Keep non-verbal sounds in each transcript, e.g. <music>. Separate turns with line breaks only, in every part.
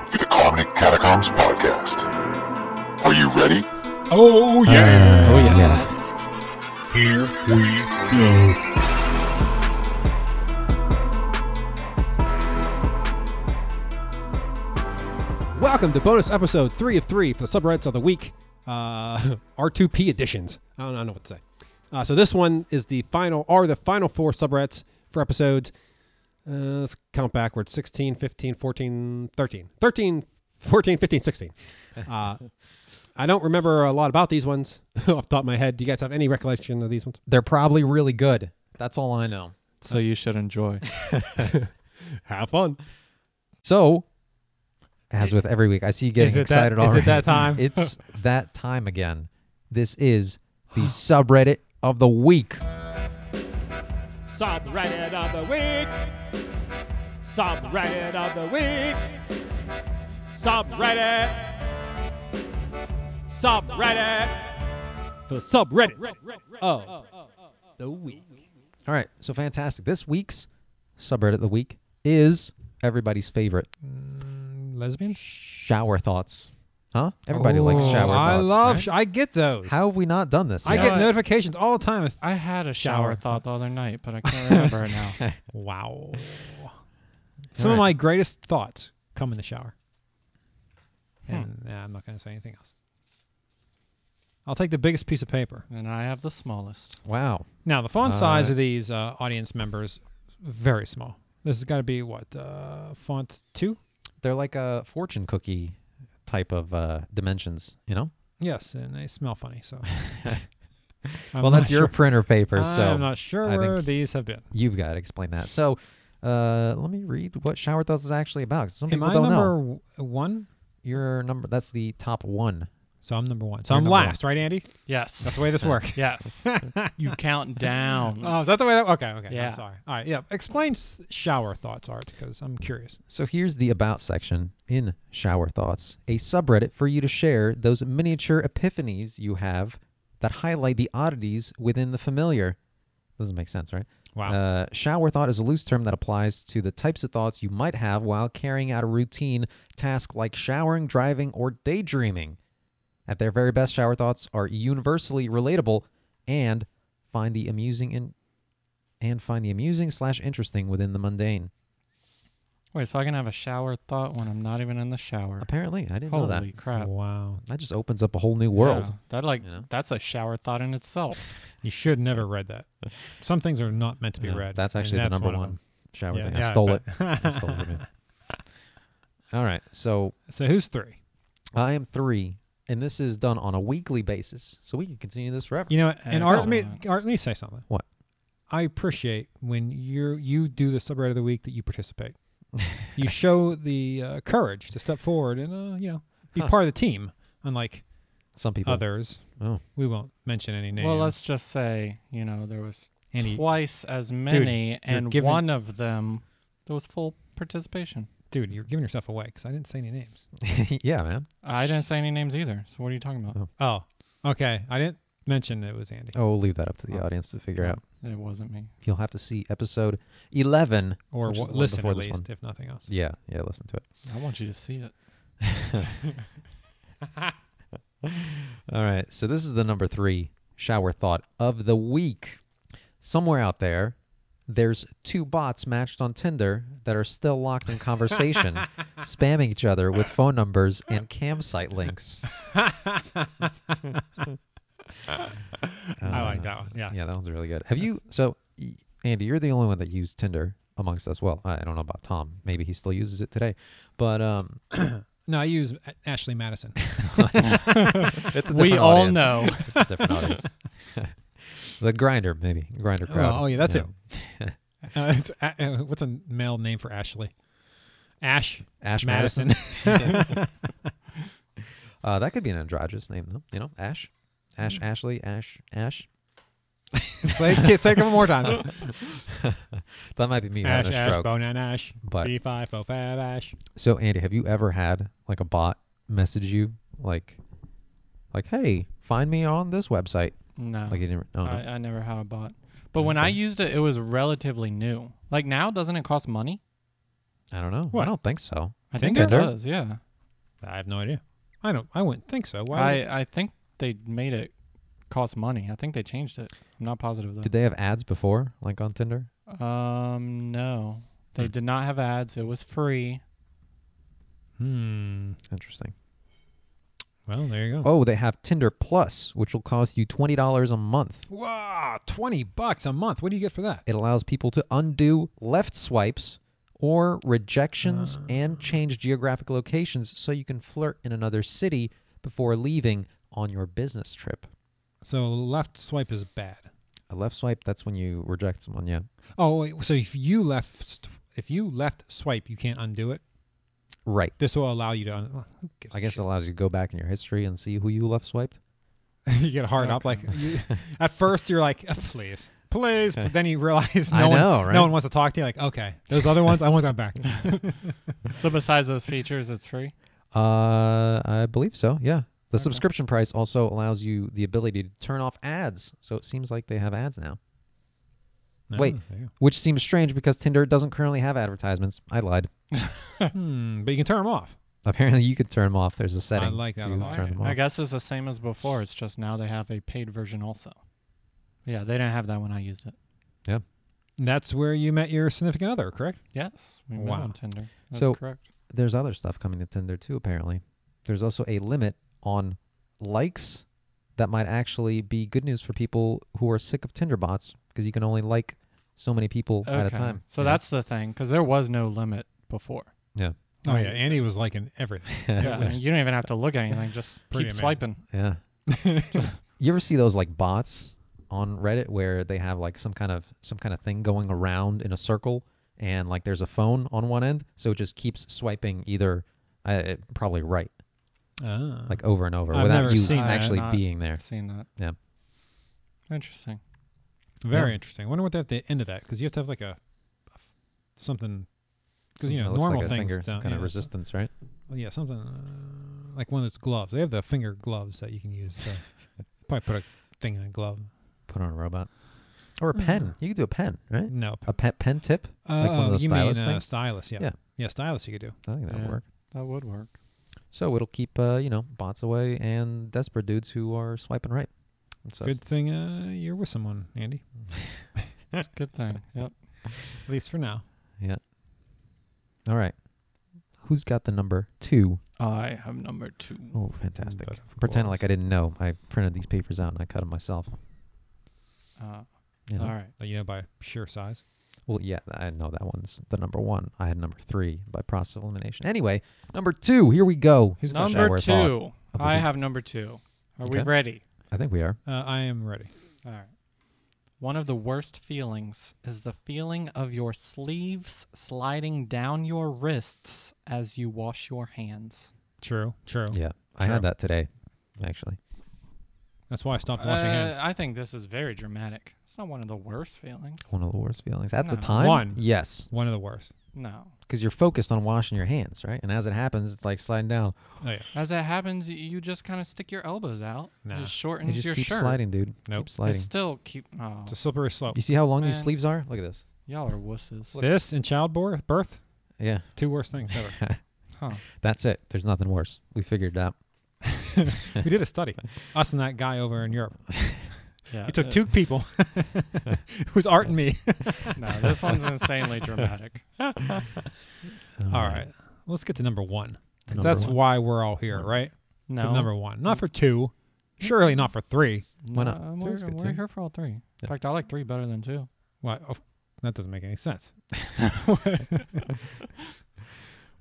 the Catacombs Podcast. Are you ready?
Oh
Uh,
yeah.
Uh,
Oh yeah. yeah.
Here we go.
Welcome to bonus episode three of three for the subreddits of the week, uh, <laughs> R2P editions. I don't, I don't know what to say. Uh, so this one is the final, are the final four subreddits for episodes. Uh, let's count backwards: 16, 15, 14, 13, 13, 14, 15, 16. <laughs> Uh, I don't remember a lot about these ones <laughs> off the top of my head. Do you guys have any recollection of these ones?
They're probably really good. That's all I know.
So you should enjoy.
Have fun.
So, as with every week, I see you getting
Is it that-
excited
is
already.
it that time? <laughs>
<laughs> it's that time again. This is the subreddit of the week.
Subreddit of the week. Subreddit of the week. Subreddit. Subreddit. The subreddit.
Oh, the week.
All right, so fantastic. This week's subreddit of the week is everybody's favorite
Mm, Lesbian? Oh,
shower thoughts. Huh? Everybody likes shower
I
thoughts.
love.
right?
sh- I get those.
How have we not done this?
I
yet?
get
Yeah.
notifications all the time.
I had a
Shower.
shower thought the other night, but I can't remember it
<laughs>
now.
Wow. Some
Alright.
of my greatest thoughts come in the shower.
Hmm.
And nah, I'm not going to say anything else. I'll take the biggest piece of paper.
And I have the smallest.
wow.
Now, the font size
Alright.
of these uh, audience members very small. This has got to be what uh, font two?
They're like a fortune cookie type of uh, dimensions, you know?
Yes, and they smell funny.
<laughs>
So,
well, that's your printer paper, so
I'm not sure
I
where
think-
these have been.
You've got to explain that. So, uh, let me read what Shower Thoughts is actually about. 'cause Some
Am
people
I
don't
number
know.
w- one?
Your number. That's the top one.
So I'm number one. So
You're
I'm
number one.
last, right, Andy?
Yes.
That's the
<laughs>
way this works.
Yes. you count <laughs> down.
<laughs> Oh, is that the way? That, okay, okay. I'm
Yeah.
sorry. All right. Yeah. Explain s- shower thoughts, Art, because I'm curious.
So here's the about section in Shower Thoughts, a subreddit for you to share those miniature epiphanies you have that highlight the oddities within the familiar. Doesn't make sense, right?
Wow.
Uh, shower thought is a loose term that applies to the types of thoughts you might have while carrying out a routine task like showering, driving, or daydreaming. At their very best, shower thoughts are universally relatable and find the amusing in, and find the amusing slash interesting within the mundane.
Wait, so I can have a shower thought when I'm not even in the shower.
Apparently, I didn't know that.
Holy crap.
wow.
That just opens up a whole new world.
Yeah, that like
you know?
that's a shower thought in itself.
You should never
<laughs>
read that. Some things are not meant to be
Yeah,
read.
That's
and
actually the number
of
one
them.
shower
Yeah,
thing.
yeah,
I stole it.
bet.
I
<laughs>
stole it from you. All right, so
So who's three?
I am three, and this is done on a weekly basis, so we can continue this forever.
You know, what, and Art, let me,
Excellent.
Art, let me say something.
Uh, oh, What?
I appreciate when you you do the subreddit of the week that you participate.
<laughs>
you show the uh, courage to step forward and uh, you know be
Huh.
part of the team, unlike
Some people.
others.
Oh.
We won't mention any names.
Well, let's just say, you know, there was
Any-
twice as many and
giving-
one of them there was full participation.
dude, you're giving yourself away because I didn't say any names.
<laughs> yeah, man.
I didn't say any names either. So what are you talking about?
Oh, okay. I didn't mention it was Andy.
Oh, we'll leave that up to the audience to figure out.
It wasn't me.
You'll have to see episode eleven
or
which is the
w-
one
listen
before
at
this
least,
one.
if nothing else.
Yeah, yeah. Listen to it.
I want you to see it.
All right. So this is the number three shower thought of the week. Somewhere out there, there's two bots matched on Tinder that are still locked in
<laughs>
conversation, spamming each other with phone numbers and campsite links.
I like that one. Yes.
Uh, Yeah, that one's really good. Have you? So, y- Andy, you're the only one that used Tinder amongst us. Well, I I don't know about Tom. Maybe he still uses it today, but um,
No, I use A- Ashley Madison. <laughs>
it's a
We
different
all
audience.
know.
it's a different audience. <laughs> the grinder, maybe grinder crowd.
oh, yeah, that's
you
it.
know.
Uh, it's a- uh, what's a male name for Ashley? Ash
Ash Madison.
Madison. <laughs>
<laughs> Uh, that could be an androgynous name, though. You know, Ash, Ash, Ashley, Ash, Ash.
Mm. <laughs> say, say it a couple more <laughs> times.
<laughs> That might be me
Ash,
having a
Ash,
stroke.
Bonan Ash,
But-
B5, Fofab Ash.
so, Andy, have you ever had like a bot message you like, like, hey, find me on this website?
No.
Like, you never. Oh, no.
I, I never had a bot. But when I used it, it was relatively new. Like now, doesn't it cost money?
I don't know.
What?
I don't think so.
I think
Tinder?
it does. Yeah.
I have no idea. I don't. I wouldn't think so. Why? would-
I, I think they made it cost money. I think they changed it. I'm not positive
Did
though.
they have ads before, like on Tinder?
um, no, they
Hmm.
did not have ads. It was free.
<laughs>
hmm.
Interesting.
Well, there you go.
Oh, they have Tinder Plus, which will cost you twenty dollars a month.
Wow, twenty bucks a month. What do you get for that?
It allows people to undo left swipes or rejections and change geographic locations so you can flirt in another city before leaving on your business trip.
So left swipe is bad.
A left swipe, that's when you reject someone, yeah.
Oh, wait, so if you left, if you left swipe, you can't undo it.
Right.
This will allow you to. Un- well, who gives a
I guess it
shit?
allows you to go back in your history and see who you left swiped.
<laughs> you get hard up. Like you, at first, you're like, "Oh, please, please. But then you realize no
I
one,
know, right?
no one wants to talk to you. Like, okay, those other ones, I want them back.
so besides those features, it's free.
Uh, I believe so. Yeah. The subscription price also allows you the ability to turn off ads. So it seems like they have ads now, Wait.
Oh, there you
which seems strange because Tinder doesn't currently have advertisements. I lied. <laughs>
go. <laughs> hmm, but you can turn them off.
Apparently, you could turn them off. There's a setting.
like that a
to
lot.
Turn them
I
off.
guess it's the same as before. It's just now they have a paid version also. Yeah, they didn't have that when I used it.
That's where you met your significant other, correct?
Yes, we met
Wow.
on Tinder. That's
So-
correct.
There's other stuff coming to Tinder too. Apparently, there's also a limit on likes that might actually be good news for people who are sick of Tinder bots because you can only like so many people at a time.
So
you know? <laughs>
that's the thing, because there was no limit before.
yeah,
Oh
I
yeah,
used
Andy was liking
<laughs>
everything.
Yeah, I mean, you don't even have to look at anything; <laughs> just
Pretty
keep
amazing.
swiping.
<laughs>
Yeah. you ever see those like bots on Reddit where they have like some kind of some kind of thing going around in a circle and like there's a phone on one end, so it just keeps swiping either uh, it- probably right,
Ah.
like over and over
I've
without
never
you
seen that.
actually
Not
being there.
Seen that?
Yeah.
Interesting.
Very
Yeah.
interesting. I wonder what they have to end of that because you have to have like a, a f- something because
Something
you
that
know
looks
normal
like a
things
finger, some
don't-
kind
yeah,
of
so-
resistance, right?
well, yeah, something uh, like one of those gloves. They have the finger gloves that you can use.
<laughs>
So probably put a thing in a glove.
Put on a robot or
Mm-hmm.
a pen. You could do a pen, right?
No,
A pe- pen tip, like one
oh,
of those
you
stylus
mean uh,
things.
stylus? Yeah. yeah,
Yeah.
stylus you could do.
I think that would
Yeah.
work.
That would work.
So it'll keep uh, you know bots away and desperate dudes who are swiping right. It says.
Good thing uh, you're with someone, Andy.
It's a good
<laughs>
thing. Yep.
At least for now.
All right. Who's got the number two?
I have number two.
Oh, fantastic.
But of
Pretend like I
course.
didn't know. I printed these papers out and I cut them myself.
Uh,
You know?
All right.
Uh, You know, by sheer size.
Well, yeah, I know that one's the number one. I had number three by process of elimination. Anyway, number two. Here we go. Who's got
number
shower thought?
two.
of the
I
week?
have number two. Are we
Okay.
ready?
I think we are.
Uh, I am ready.
All right. One of the worst feelings is the feeling of your sleeves sliding down your wrists as you wash your hands.
True, true.
Yeah, I
Oh, Sure.
had that today, actually.
That's why I stopped washing hands.
Uh, I think this is very dramatic. It's not one of the worst feelings.
One of the worst feelings at the
No.
time.
One.
Yes,
One of the worst.
No.
because you're focused on washing your hands, right? And as it happens, it's like sliding down.
Oh yeah.
As that happens, y- you just kind of stick your elbows out.
Nah.
It
It
shortens
just
your
keeps
shirt.
sliding, dude.
Nope.
Keep
It
sliding.
still keep. Oh,
It's a slippery slope.
You see how long these
Man.
sleeves are? Look at this.
y'all are wusses.
This and childbirth, birth,
Yeah,
two worst things ever.
Huh.
that's it. There's nothing worse. We figured it out.
we did a study. Us and that guy over in Europe.
Yeah.
He took
uh, <laughs>
two people. <laughs> it was Art and me.
<laughs>
No, this one's insanely dramatic.
all right. Let's get to Um, number one. 'Cause
Number
that's
one.
why we're all here, right?
No.
For number one. Not for two. Surely not for three.
Why not?
No,
Three's
we're,
good,
we're
too.
here for all three. In
Yeah.
fact, I like three better than two.
Why? of Oh, that doesn't make any sense. <laughs>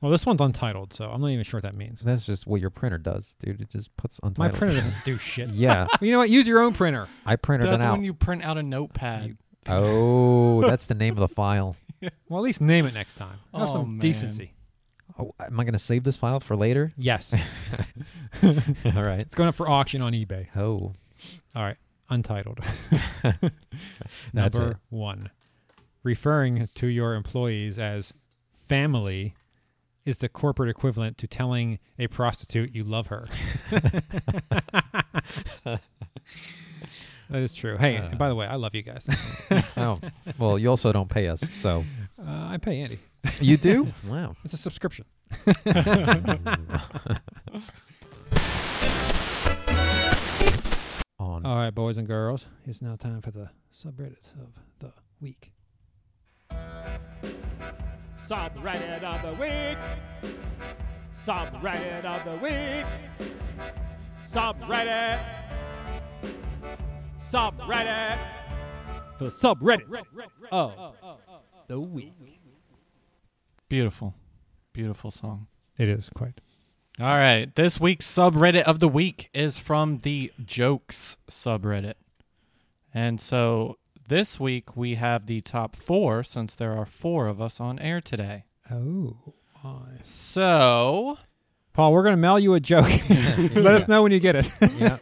well, this one's untitled, so I'm not even sure what that means.
That's just what your printer does, dude. It just puts untitled.
My printer doesn't do
<laughs>
shit.
Yeah,
You know what? Use your own printer.
I printed it
That's
out.
when you print out a notepad.
<laughs>
oh, that's the name of the file.
Well, at least name it next time. Have
Oh,
some
man.
decency.
Oh, am I gonna save this file for
<laughs>
later?
Yes.
All right.
it's going up for auction on eBay.
Oh,
All right, untitled. <laughs>
That's
Number <laughs>
it.
one, referring to your employees as family is the corporate equivalent to telling a prostitute you love
<laughs>
her. that is true. Hey,
Uh.
and by the way, I love you guys. <laughs>
oh. Well, you also don't pay us, so
Uh, I pay Andy.
you do. Wow.
<laughs> It's a subscription.
On
All right, boys and girls, it's now time for the subreddit of the week. Subreddit of the week. Subreddit of the week. Subreddit. Subreddit. The subreddit of the week.
Beautiful. Beautiful song.
It is quite.
All right. This week's subreddit of the week is from the jokes subreddit. And so this week we have the top four since there are four of us on air today.
Oh. my.
So
Paul, we're going to mail you a joke. <laughs> Let us know when you get it.
yeah.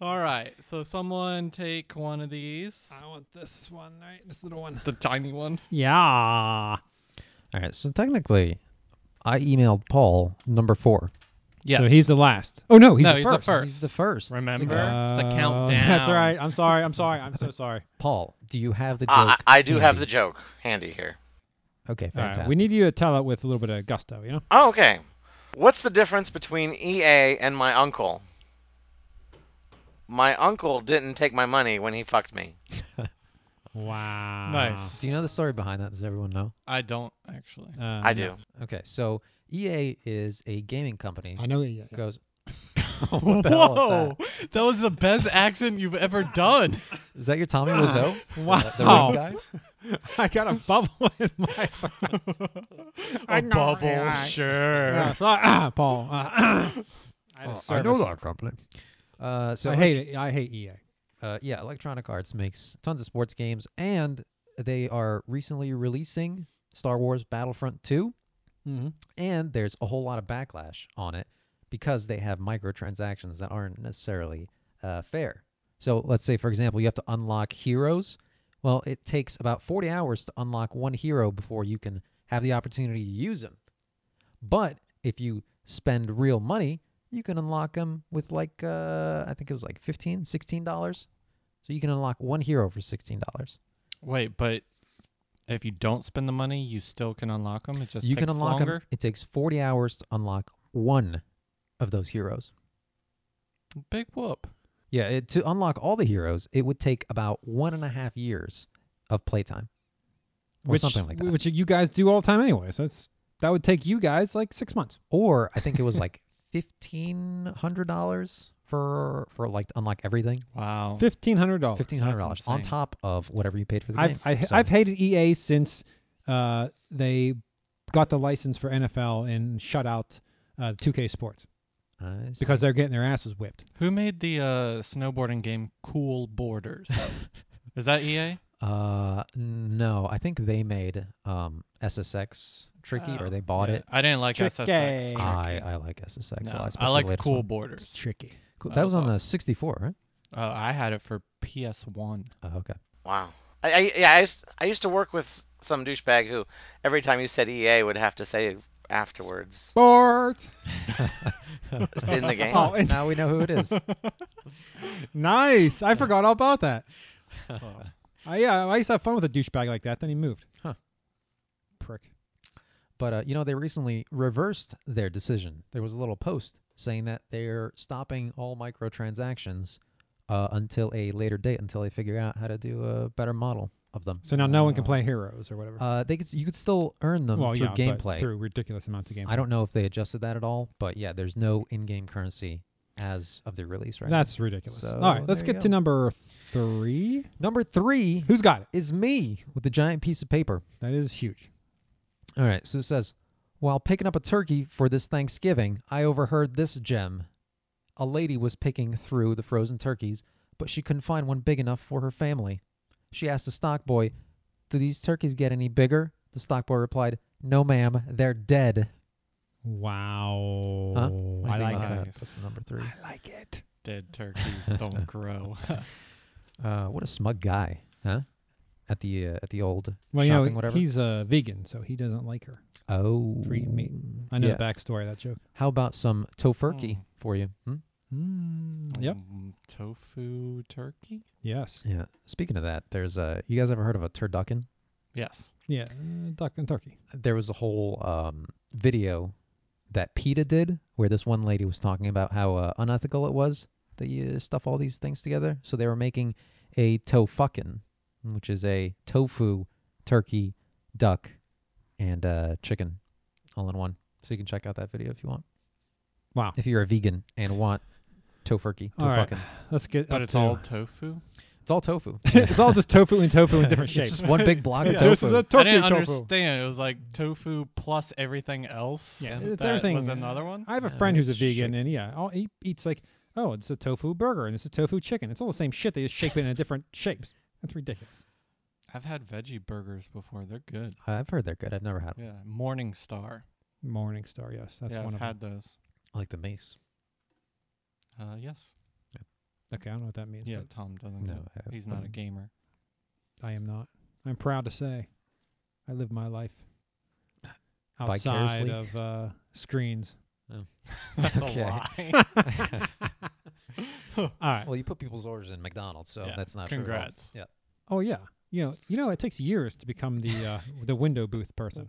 all right. So someone take one of these.
want this one, right? This little one.
The tiny one.
Yeah.
All right. So technically, I emailed Paul number four.
Yes.
So he's the last. Oh, no, he's
No,
the
he's the
first.
first.
He's the first.
Remember? it's
Uh,
a countdown.
That's all right. I'm sorry. I'm sorry. I'm so <laughs> sorry.
Paul, do you have the joke?
I, I do have the
handy?
joke handy here.
Okay,
All right.
fantastic.
We need you to tell it with a little bit of gusto, you know?
Oh, okay. What's the difference between EA and my uncle? My uncle didn't take my money when he fucked me.
Ah.
Wow.
Nice.
Do you know the story behind that? Does everyone know?
I don't actually.
Uh,
I do.
Okay, so EA is a gaming company.
I know that. Yeah,
Goes. <laughs>
Whoa.
the hell is that?
that was the best accent you've ever done.
Is that your Tommy Wiseau?
Wow.
The, the ring guy?
<laughs> I got a bubble in my. <laughs>
<laughs> A bubble, sure.
Yeah, so, ah, Paul. ah, I,
Oh,
know that.
company. Uh, so
I hate it. I hate E EA.
uh, yeah, Electronic Arts makes tons of sports games, and they are recently releasing Star Wars Battlefront 2,
Mhm.
and there's a whole lot of backlash on it because they have microtransactions that aren't necessarily uh, fair. So let's say, for example, you have to unlock heroes. Well, it takes about 40 hours to unlock one hero before you can have the opportunity to use him. But if you spend real money, you can unlock them with like uh, I think it was like 15 dollars. So you can unlock one hero for sixteen dollars.
Wait, but if you don't spend the money, you still can unlock them. It just
You
takes
can unlock
longer.
'em- It takes forty hours to unlock one of those heroes.
Big whoop.
Yeah, it, to unlock all the heroes, it would take about one and a half years of playtime, or
which,
something like that.
<laughs> Which you guys do all the time anyway. So it's, that would take you guys like six months.
or I think it was like fifteen hundred dollars for for like to unlock everything.
Wow.
$1,500.
Fifteen hundred dollars on
insane.
top of whatever you paid for the
Oh, I've,
game.
I,
So-
I've hated EA since uh, they got the license for NFL and shut out uh, 2K Sports
I see.
because they're getting their
<laughs>
asses whipped.
Who made the uh, snowboarding game Cool Borders? Is that E EA?
Uh, no, I think they made um SSX tricky,
Oh,
or they bought
Yeah.
it.
I didn't like
Tricky.
SSX. Tricky.
I, I like SSX
No,
a lot.
I
especially the
like
latest
Cool
one.
It's
Borders.
tricky.
Cool.
That
That
was
was on the
awesome.
64, right?
Uh, I had it for PS1.
Oh, okay.
Wow. I, I yeah, I used, I used to work with some douchebag who every time you said EA would have to say afterwards.
Sports.
It's in the
<laughs>
game.
Oh, it-
now we know who it is.
nice. I forgot all about that. Uh, yeah, I used to have fun with a douchebag like that. Then he moved.
Huh.
Prick.
But uh, you know, they recently reversed their decision. There was a little post saying that they're stopping all microtransactions uh, until a later date, until they figure out how to do a better model of them.
So now no one can play heroes or whatever.
Uh, they could, s- you could still earn them
well,
Um, through
yeah, but
gameplay.
through ridiculous amounts of gameplay.
I don't know if they adjusted that at all, but yeah, there's no in-game currency as of the release right now.
That's ridiculous.
So,
all right, let's
there you
get
go.
to number three.
number three.
Who's got it?
Is me with the giant piece of paper.
That is huge.
All right, so it says, while picking up a turkey for this Thanksgiving, I overheard this gem. A lady was picking through the frozen turkeys, but she couldn't find one big enough for her family. She asked the stock boy, Do these turkeys get any bigger? The stock boy replied, No, ma'am, they're dead.
Wow.
Huh?
I like
Uh,
it.
that.
That's number three.
I like it.
Dead
<laughs>
turkeys don't grow.
Uh, what a smug guy, huh? At the uh, at the old
Well,
shopping,
you know,
whatever.
he's a vegan, so he doesn't like her.
oh,
Free meat. I know
Yeah.
the backstory of that Oh. joke.
How about some tofurkey
Mm.
for you? Hmm? Mm,
Yep.
Um, tofu turkey?
Yes.
Yeah. Speaking of that, there's a. You guys ever heard of a turducken?
Yes.
Yeah. Uh, duck and turkey.
there was a whole um, video that PETA did where this one lady was talking about how uh, unethical it was that you stuff all these things together. So they were making a tofuckin, which is a tofu, turkey, duck, and uh, chicken all in one. So you can check out that video if you want.
Wow.
If you're a vegan and want tofurkey,
All right.
tofuckin.
Let's get.
But
up
it's
to-
all tofu.
It's all tofu.
<laughs> it's all just tofu and tofu in different
<laughs> It's
shapes. <laughs>
just one big block of
Yeah, this
tofu.
is a
I didn't
Tokyo tofu.
understand. It was like tofu plus everything else.
Yeah,
and
it's
that
everything.
Was another one.
I have a
Yeah,
friend who's a
it's
vegan,
shaped.
and yeah, all, he eats like, oh, it's a tofu burger, and this is tofu chicken. It's all the same shit. They just shape it in different shapes. That's ridiculous.
I've had veggie burgers before. They're good.
I've heard they're good. I've never had them.
Yeah, Morning Star.
Morning Star, yes, that's
yeah, I've
one of
had those.
I like the
<laughs>
mace.
Uh, yes.
them. Okay, I don't know what that means.
Yeah, Tom doesn't.
No,
know.
I-
he's not a
um,
<laughs>
gamer.
but I am not. I'm proud to say, I live my life
<laughs>
outside
Vicariously?
of uh, screens.
That's
okay.
a lie.
All right.
Well, you put people's orders in McDonald's, so
Yeah,
that's not
Congrats.
true. at all.
Oh yeah. You know, you know, it takes years to become the uh, <laughs> the window booth person.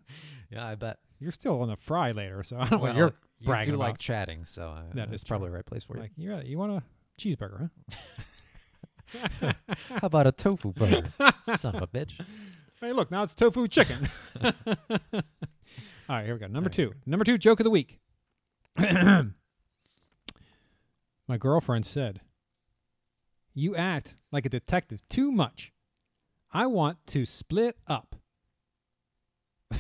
Yeah, yeah, I bet.
You're still on the fry later, so I don't know what
Well,
you're
you
bragging
do like
about.
chatting, so uh,
That
that's
is true.
probably the right place for you.
like. You uh, you want a cheeseburger, huh?
<laughs> How about a
<laughs>
tofu burger? Son of a bitch.
Hey, look, now it's
<laughs>
tofu chicken. All right, here we go. Number
right,
two. Number two joke of the week. <clears throat> My girlfriend said, You act like a detective too much. I want to split up.
<laughs>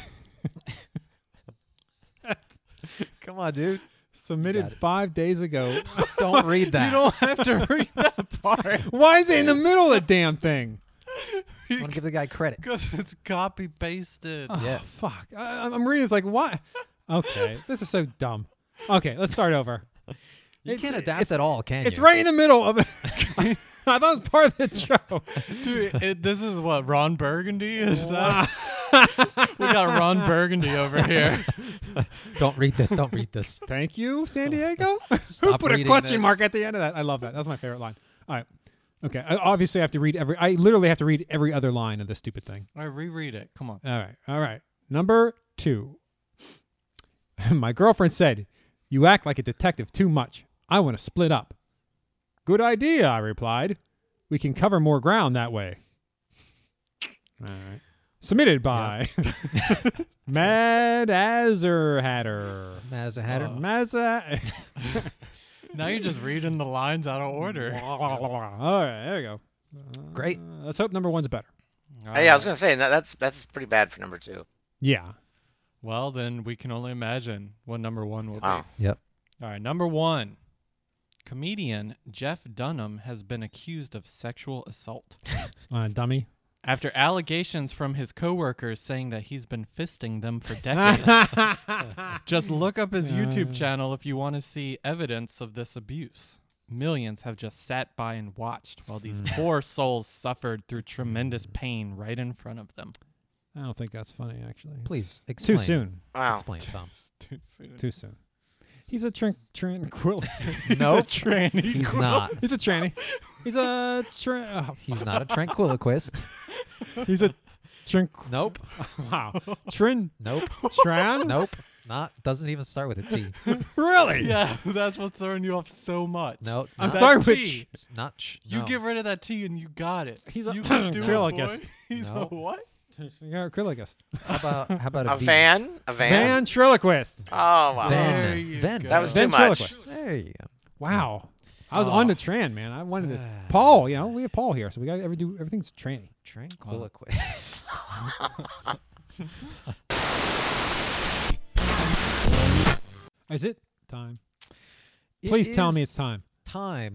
Come on, dude.
Submitted
got it.
five days ago.
<laughs> Don't
<laughs>
read that.
You don't have to read that part
Why is it in the middle of the damn thing?
want to give the guy credit.
<laughs>
because it's copy pasted.
Yeah.
Oh, fuck. I, I'm reading. It's like, what? <laughs> Okay, this is so dumb. Okay, let's start over.
You
It's-
can't
it's-
adapt at all, can
It's
you?
right in the middle of it. <laughs> I thought it was part of the show.
Dude, it, this is what Ron Burgundy is.
uh,
That?
<laughs>
we got Ron Burgundy over here.
Don't read this. Don't
<laughs>
read this.
Thank you, San <laughs> Diego. Who
Stop
put a
reading
question
this.
mark at the end of that? I love that. That's my favorite line. All right. Okay. I obviously have to read every. I literally have to read every other line of this stupid thing.
All right, reread it. Come on.
All right. All right. Number two. <laughs> my girlfriend said, "You act like a detective too much. I want to split up." Good idea, I replied. We can cover more ground that way. All right. Submitted by <laughs> Mad Azzer Hatter.
Mad as a hatter.
Uh, Mazza. <laughs>
Now you're just reading the lines out of order.
<laughs> All right, there we go.
Great.
Uh, let's hope number one's better.
Uh, yeah, I was gonna say that, that's that's pretty bad for number two.
Yeah.
Well, then we can only imagine what number one will
Wow.
be.
Yep.
All right, number one. Comedian Jeff Dunham has been accused of sexual assault
Uh, dummy.
after allegations from his coworkers saying that he's been fisting them for decades.
yeah,
just look up his
Uh.
YouTube channel if you want to see evidence of this abuse. Millions have just sat by and watched while these poor souls suffered through tremendous pain right in front of them.
<laughs> I don't think that's funny, actually.
Please
It's too
explain.
soon.
Wow.
Explain,
<laughs>
Tom.
Too soon.
Too soon. He's a tran- <laughs> tranquility.
No,
tranny.
he's not.
<laughs> He's a tranny. He's a tra- oh,
He's not a tranquiliquist.
<laughs>
<laughs>
He's a tran.
Nope.
<laughs> Wow. Tran.
Nope.
Tran.
Nope. Not. Doesn't even start with a
<laughs>
T.
Really?
Yeah, <laughs> that's what's throwing you off so much.
No.
I'm
not-
That
sorry, which-
T.
It's not. ch-
You
no.
get rid of that T and you got it.
He's a
you can do it,
ventriloquist.
boy. <laughs> He's
No.
a what?
Yeah, Acrylicist.
How about how about a,
A
V?
van? A van?
Ventriloquist.
Oh wow.
Van.
There you
Van.
go.
That was too much.
Ventriloquist.
There you go.
Wow. I was on to Tran, man. I wanted to. Paul, you know, we have Paul here, so we got to every do everything's Tranny.
Tranquiliquist.
Is it time?
<laughs> It
Please tell me
is Ah.
it's time.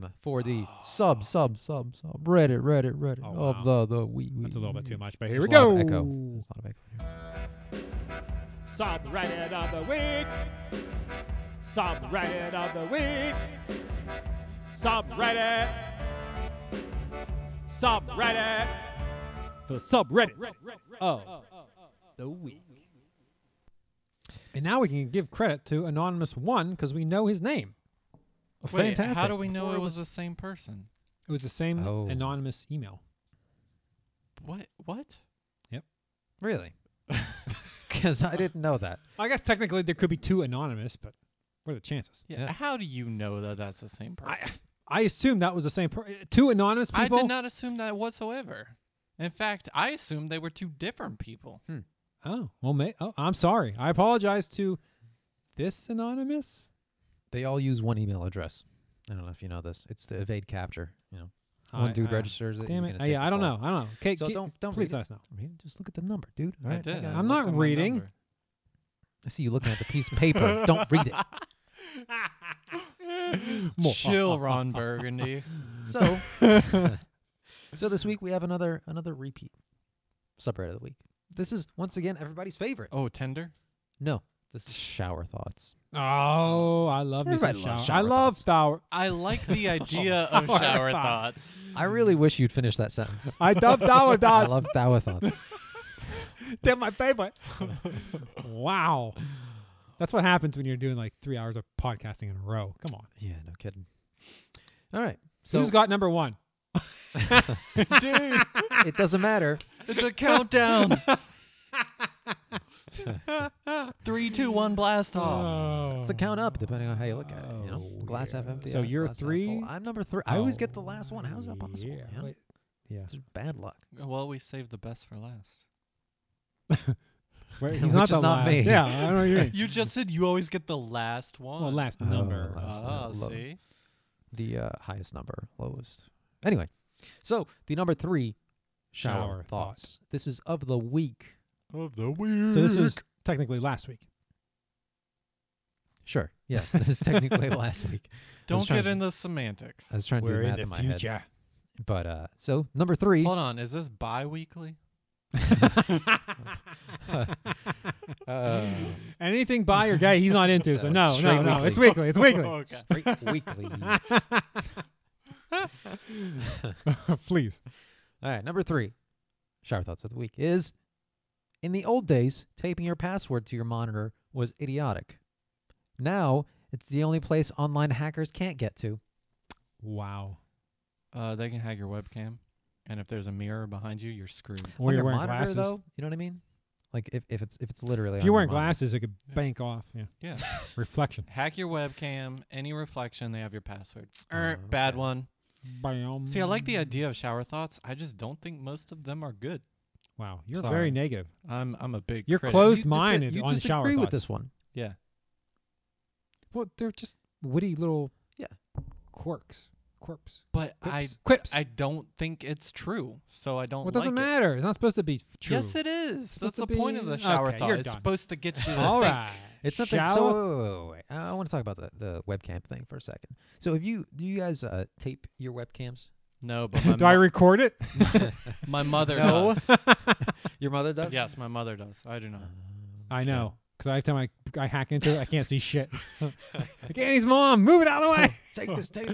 time for the sub sub sub sub Reddit Reddit Reddit
Oh,
of
wow.
the the we we.
That's a little bit too much, but here
There's
we
a lot
go.
of echo. There's a lot of echo.
Subreddit of the week. Subreddit of the week. Subreddit. Subreddit. The subreddit of the week. And now we can give credit to Anonymous One because we know his name.
Wait,
Fantastic.
How do we know
Before
it
it
was the same person?
It was the same
Oh.
anonymous email.
What? What?
<laughs>
Really? because I didn't know that.
I guess technically there could be two anonymous, but what are the chances?
Yeah. How do you know that that's the same person?
I I assume that was the same per- two anonymous <laughs> people.
I did not assume that whatsoever. In fact, I assumed they were two different people.
Oh well, ma- oh, I'm sorry. I apologize to this anonymous.
They all use one email address. I don't know if you know this. It's to evade capture. You know,
I-
one dude
I-
registers it.
Damn
he's
it!
gonna
Uh,
take
yeah,
the
I don't
fall.
know. I don't know. Okay,
So don't don't read
please let
it.
us know.
Don't read it. Just look at the number, dude. All
I
right,
did.
got
I
it.
looked
I'm not
at my
reading.
number.
I see you looking at the piece of
<laughs>
paper. don't read it.
Chill, Ron Burgundy.
<laughs> So, so this week we have another another repeat subreddit of the week. This is once again everybody's favorite.
Oh, Tinder.
No, this is shower thoughts.
Oh, I love me some
Everybody loves
shower. I
shower
love
thoughts.
shower.
I like the idea of
Shower
shower
thoughts.
thoughts.
I really wish you'd finish that <laughs> sentence.
I love shower
I
<laughs> thoughts.
love shower thoughts.
They're
<laughs>
my favorite. wow, that's what happens when you're doing like three hours of podcasting in a row. Come on.
Yeah, no kidding. All right,
So
so
who's got number one?
Dude,
it doesn't matter.
it's a countdown. Three, two, one, blast off.
Oh,
It's a count up depending on how you look at it. You know,
Oh,
glass half
yeah.
empty.
So
half-
you're
glass half full.
three? Oh,
I'm number three. I always get the last one. How's that possible?
Yeah.
man?
Wait. yeah.
It's bad luck.
Uh, Well, we saved the best for last.
Wait, he's
Which
not
is
the
not
last.
me.
Yeah, I don't know what
<laughs>
<laughs> you mean.
You just said you always get the last one.
well, last
Oh,
number. Uh,
last
Oh,
Low-
see?
The uh, highest number, lowest. Anyway, so the number three, shower,
Shower
thoughts. This is of the week.
Of the week.
So this is technically last week.
Sure. Yes, this is technically <laughs> last week. I was
Don't
trying
get
to-
in the semantics.
I was trying to do math in, my head.
future.
But uh, so number three.
Hold on, is this bi-weekly?
<gasps> Uh,
<laughs> Anything bi or gay, he's not into.
So
so
it's
no,
straight
no, no. It's
weekly.
weekly. It's weekly.
okay.
straight weekly. <laughs> All
<laughs> Please.
right, number three, shower thoughts of the week is: in the old days, taping your password to your monitor was idiotic. Now it's the only place online hackers can't get to.
Wow.
Uh, they can hack your webcam, and if there's a mirror behind you, you're screwed.
Or
on
you're
your
wearing
monitor,
glasses.
though. You know what I mean? Like if, if it's if it's literally
If
on
you're
your
wearing
monitor.
glasses, it could bank off. Yeah.
Yeah.
Reflection.
hack your webcam, any reflection, they have your password.
Oh,
Er, Bad
okay.
one.
Bam.
See, I like the idea of shower thoughts. I just don't think most of them are good.
Wow. You're
Sorry.
very negative.
I'm I'm a big
You're
critic.
close-
You
Both mine
disa-
and
you
on shower
disagree with
thoughts.
this one.
Yeah.
Well, they're just witty little
Yeah.
quirks. Quirps.
But I
Quips. Quips.
I don't think it's true, so I don't.
Well, it doesn't
like
matter. It's not supposed to be
It.
true.
Yes, it is.
supposed
That's
to
the point of
be-
the shower
Okay,
thought.
you're
it's
done.
supposed to get you. To
<laughs> All
think.
right.
It's
not
something. So wait, wait, wait, wait, wait. I want to talk about the, the webcam thing for a second. So, if you do, you guys uh, tape your webcams?
<laughs> No, but my,
<laughs> Do I
mo-
record it?
my mother
No.
<laughs>
does.
Your mother does. Uh,
yes, my mother does. I do not.
I know. Because every time I, I hack into it, I can't see shit.
<laughs>
<laughs> like, Annie's mom, move it out of the way.
Take this
<laughs>
tape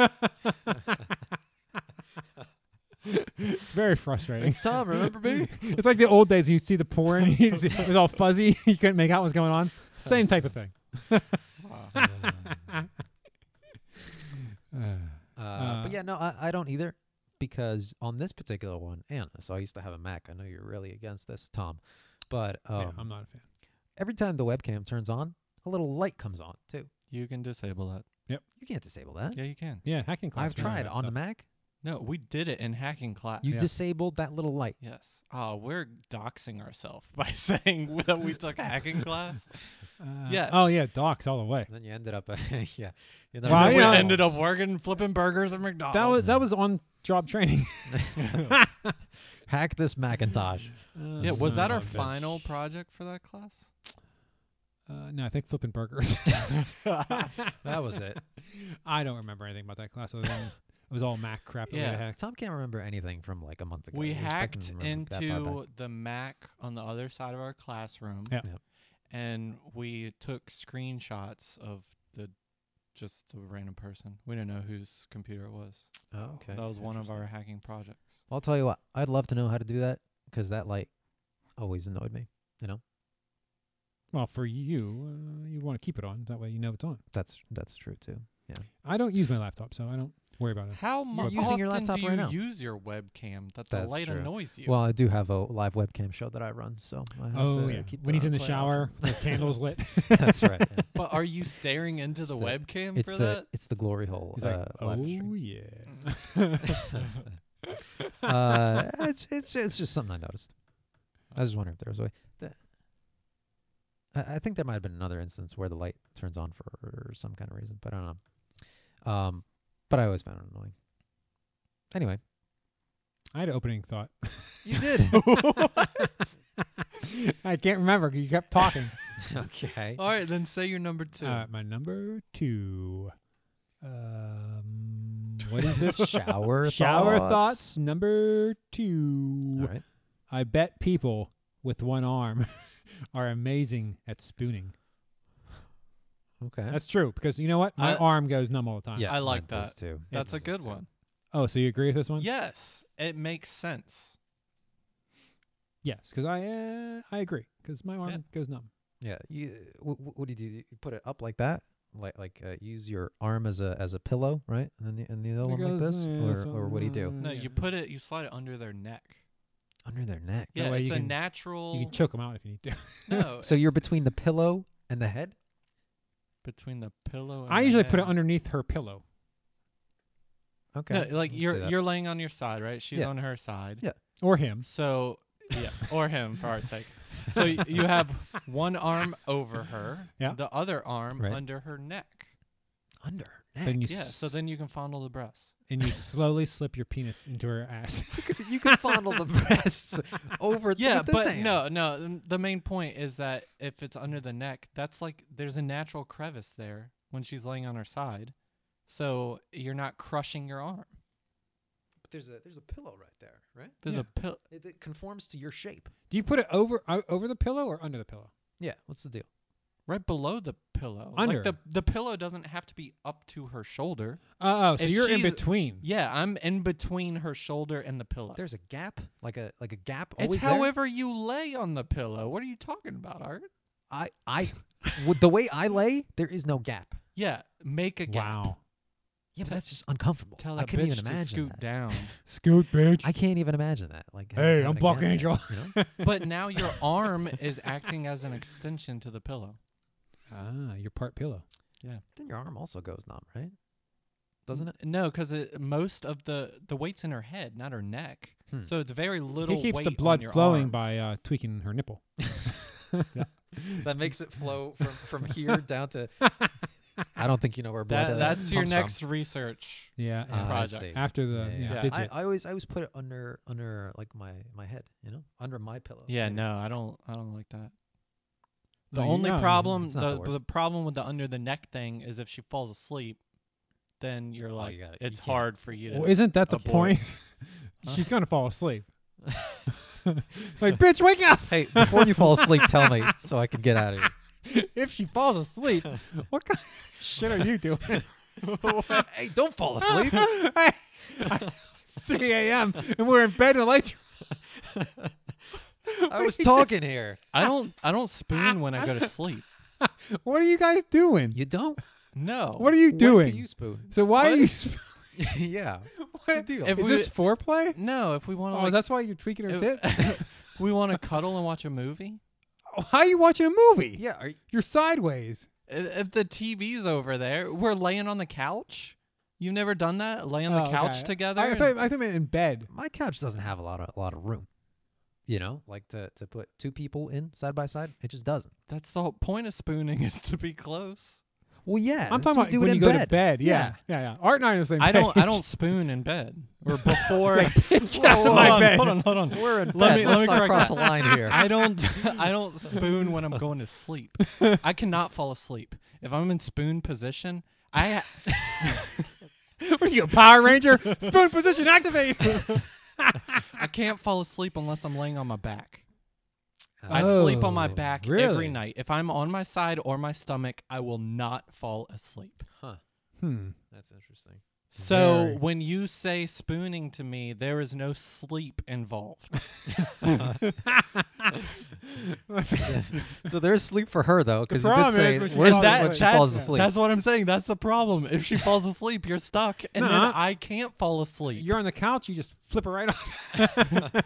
off.
<laughs>
<laughs>
It's very frustrating.
It's Tom. Remember
<laughs>
me?
it's like the old days. You see the porn, <laughs> you see- it was all fuzzy. <laughs> You couldn't make out what was going on. Same type of
<sighs>
thing.
Ah, Oh.
Uh,
Uh, but yeah, no, I, I don't either. Because on this particular one, and so I used to have a Mac. I know you're really against this, Tom. But um,
yeah, I'm not a fan.
every time the webcam turns on, a little light comes on too.
You can disable that.
You can't disable that.
Yeah, you can.
Yeah, hacking class.
I've tried on the Mac.
No, we did it in hacking class.
You disabled that little light.
Yes. Oh, we're doxing ourselves <laughs> by saying that we took hacking class.
Uh,
Yes.
Oh, yeah, docs all the way.
And then you ended up, <laughs> yeah. You
Well,
And
you
we
know-
ended up working flipping burgers at McDonald's.
That was, that was on job training.
<laughs>
<laughs>
hack this Macintosh.
yeah. Was that
Uh,
our
Mm-hmm.
bitch.
final project for that class?
Uh, no, I think flipping burgers. <laughs>
That was it.
I don't remember anything about that class other than it was all Mac crap that we
Yeah.
hacked.
Tom can't remember anything from like a month ago.
We
You expect him
hacked
to remember that far back.
into the Mac on the other side of our classroom.
Yeah.
Yep.
And we took screenshots of the just the random person. We didn't know whose computer it was.
Oh, okay.
that was one of our
Interesting.
hacking projects.
I'll tell you what. I'd love to know how to do that because that light always annoyed me.
Well, for you, uh, you want to keep it on. That way you know it's on.
That's that's true too.
I don't use my laptop, so I don't worry about it.
How much
using your laptop
do you
right now.
use your webcam that the
That's
light
true.
annoys you?
Well, I do have a live webcam show that I run, so I have
Oh
to
yeah,
keep
when he's
that
in the
quite
shower, the
<laughs>
candles lit.
often. That's right.
<laughs>
<laughs>
yeah.
<laughs> but are you staring into the,
the-
webcam
It's
for
the
that?
it's the glory hole.
He's
uh,
like,
live
oh
stream.
yeah. <laughs>
<laughs> uh, it's it's it's just something I noticed. I was just wondering if there was a way. That, I, I think there might have been another instance where the light turns on for some kind of reason, but I don't know. Um, but I always found it annoying. Anyway,
I had an opening thought.
you <laughs> did.
I can't remember. 'cause You kept talking.
<laughs> okay.
All right, then say your number two.
uh, my number two. Um, what is
<laughs>
<laughs>
this?
Shower
Shower
thoughts.
thoughts number two.
All right.
I bet people with one arm <laughs> are amazing at spooning.
Okay.
That's true because you know what? My
I-
arm goes numb all the time.
yeah,
I like
mine does
that.
too.
That's a
Mine does
good
too.
one.
Oh, so you agree with this one?
Yes, it makes sense.
Yes, because I uh, I agree because my arm
Yeah.
goes numb.
Yeah. You, what, what do you do? You put it up like that, like like uh, use your arm as a as a pillow, right? And then the, and the other one like this,
goes, uh,
or
so-
or what do you do?
No,
Yeah.
you put it, you slide it under their neck. uh,
Under their neck.
Yeah,
way
it's
you
a
can-
natural.
You can choke them out if you need to. <laughs>
no,
So you're between the pillow and the head.
between the pillow. and
I
the
usually put it
head.
underneath her pillow.
Okay.
No, like
I can see
you're
that.
you're laying on your side, right? She's
Yeah.
on her side.
Yeah.
Or him.
So yeah, or him for our sake. So y- you
<laughs>
have one arm over her,
Yeah.
the other arm
Right.
under her neck.
under her neck.
Then you
Yeah,
s-
so then you can fondle the breasts.
and you slowly slip your penis into her ass. <laughs>
you can fondle
<laughs>
the breasts over. th-
Yeah,
with this
but
hand.
no, no. n- The main point is that if it's under the neck, that's like there's a natural crevice there when she's laying on her side, so you're not crushing your arm.
But there's a there's a pillow right there, right?
There's
Yeah.
a pill.
It, it conforms to your shape.
Do you put it over o- over the pillow or under the pillow?
Yeah. What's the deal?
Right below the pillow.
Under.
Like the the pillow doesn't have to be up to her shoulder.
Oh, oh so
If
you're in
she's-
between.
Yeah, I'm in between her shoulder and the pillow.
There's a gap, like a like a gap.
it's
Always there?
however you lay on the pillow. What are you talking about, Art?
I
<laughs>
I with the way I lay, there is no gap.
Yeah, make a gap.
Wow.
Yeah, but that's just uncomfortable.
Tell
I
that
couldn't
bitch
even
to
imagine
scoot
that. <laughs>
down.
Scoot, bitch.
I can't even imagine that. Like, ha-
Hey,
having
I'm
a
Buck
gap there,
Angel.
you
<laughs>
know?
but now your arm is acting as an extension to the pillow.
ah, you're part pillow.
then your arm also goes numb, right? Doesn't it?
No, because most of the the weight's in her head, not her neck.
Hmm.
So it's very little.
he keeps
weight
the
on
blood
your
flowing
arm.
by uh, tweaking her nipple.
<laughs> That makes it <laughs> flow from from here down to. <laughs> I don't think you know where blood.
That,
uh,
that's your
comes from.
next research.
Yeah.
Ah, I
project.
see.
After the
Yeah,
yeah,
yeah.
digit.
I, I always I always put it under under like my my head, you know, under my pillow.
Yeah,
<laughs>
no, I don't. I don't like that. The
No, you-
only
yeah,
problem,
it's not
the,
the
the,
worst.
problem with the under the neck thing is if she falls asleep, then
Oh,
you're like,
you gotta- you
it's
can't.
hard for you to. <laughs>
well, isn't that the
abort.
<laughs> point? She's gonna fall asleep. like, bitch, wake up!
Hey, before you fall asleep, tell me so I can get out of here.
if she falls <laughs> asleep, <laughs> what kind of shit are you <laughs> doing?
hey, don't fall <laughs> asleep.
Hey, it's 3 a.m. and we're in bed and the lights. <laughs>
I <laughs> was talking here.
I don't. I don't spoon when I go
<laughs>
to sleep.
What are you guys doing?
You don't.
No.
what are you doing?
You spoon.
so why are you?
<laughs> yeah. What's the deal?
If
is
we-
this <laughs> foreplay?
<laughs> No, if we want
Oh,
to, like,
that's why you're tweaking her tit. <laughs>
if- we want to cuddle and watch a movie.
How are you watching a movie?
yeah. Are you,
You're sideways.
I- If the TV's over there, we're laying on the couch. You've never done that? Lay on the
Oh,
couch
okay.
together.
I, I
and-
thought, I thought you meant in bed.
my couch doesn't have a lot of a lot of room. You know, like to to put two people in side by side, it just doesn't.
that's the whole point of spooning is to be
<laughs>
close.
Well, yeah.
I'm talking about when you go to bed. Yeah, yeah, yeah. Art and I are on the same
I don't. I
page.
don't spoon in
<laughs>
bed or before.
out
<laughs>
of
hold,
my
on,
bed.
hold on, hold on.
<laughs> We're in
Let
bed.
me- let
Let's
me
not
correct
cross
that.
a line here.
I don't. <laughs> I don't spoon when I'm going to sleep. I cannot fall asleep if I'm in spoon position. I
<laughs> What are you, a Power
<laughs>
Ranger? Spoon position activate.
<laughs> I can't fall asleep unless I'm laying on my back. I
Oh,
sleep on my
Oh,
back every
really?
night. If I'm on my side or my stomach, I will not fall asleep.
Huh.
hmm.
That's interesting.
So
Very.
when you say spooning to me, there is no sleep involved. <laughs>
so there's sleep for her though, because
The
you did
problem
say
is
worse
when she falls
than when
asleep.
she falls
that's-
asleep.
That's what I'm saying. That's the problem. If she falls asleep, you're stuck, and
Nah.
then I can't fall asleep.
<laughs> You're on the couch. You just flip it right off.